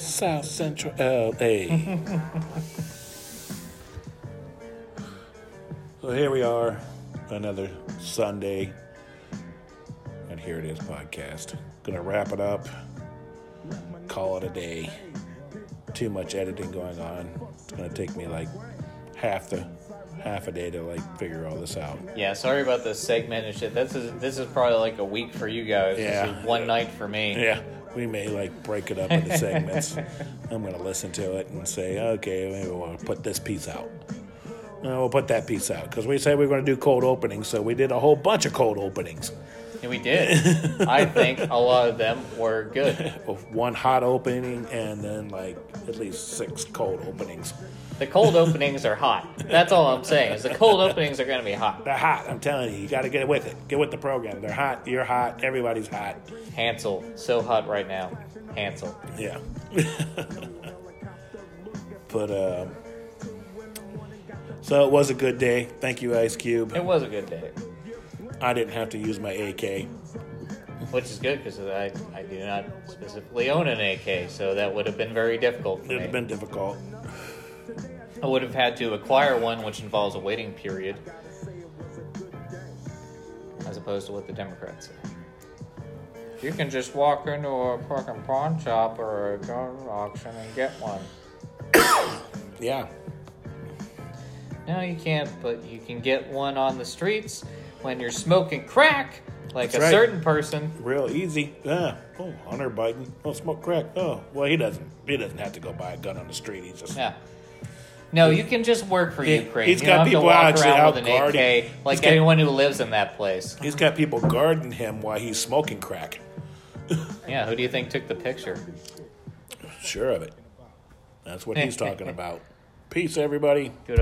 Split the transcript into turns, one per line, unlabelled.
South Central LA. so here we are, another Sunday. And here it is, podcast. Gonna wrap it up, call it a day. Too much editing going on. It's gonna take me like half the half a day to like figure all this out.
Yeah, sorry about the segment and shit. This is this is probably like a week for you guys. This
Yeah.
is one night for me.
Yeah, we may like break it up into segments. I'm gonna listen to it and say, okay, maybe we'll put this piece out. No, we'll put that piece out because we said we were gonna do cold openings, so we did a whole bunch of cold openings.
And we did. I think a lot of them were good.
Of One hot opening and then like at least six cold openings.
The cold openings are hot. That's all I'm saying. Is the cold openings are going to be hot.
They're hot. I'm telling you, you got to get with it. Get with the program. They're hot. You're hot. Everybody's hot.
Hansel, so hot right now. Hansel.
Yeah. but um, so it was a good day. Thank you, Ice Cube.
It was a good day,
I didn't have to use my AK.
which is good because I I do not specifically own an AK, so that would have been very difficult. For
It would
me.
have been difficult.
I would have had to acquire one, which involves a waiting period, as opposed to what the Democrats say. You can just walk into a fucking pawn shop or a gun auction and get one.
Yeah.
No, you can't, but you can get one on the streets when you're smoking crack, like
That's
a
right.
certain person.
Real easy. Yeah. Oh, Hunter Biden. Oh, smoke crack. Oh, well, he doesn't. He doesn't have to go buy a gun on the street. He's just.
Yeah. No, you can just work for
He-
Ukraine.
he's
you
got
don't have
people
to walk
actually
around with
out
an
guarding.
AK
He's
like
got-
anyone who lives in that place.
He's got people guarding him while he's smoking crack.
Yeah, who do you think took the picture?
Sure of it. That's what he's talking about. Peace, everybody.
Good on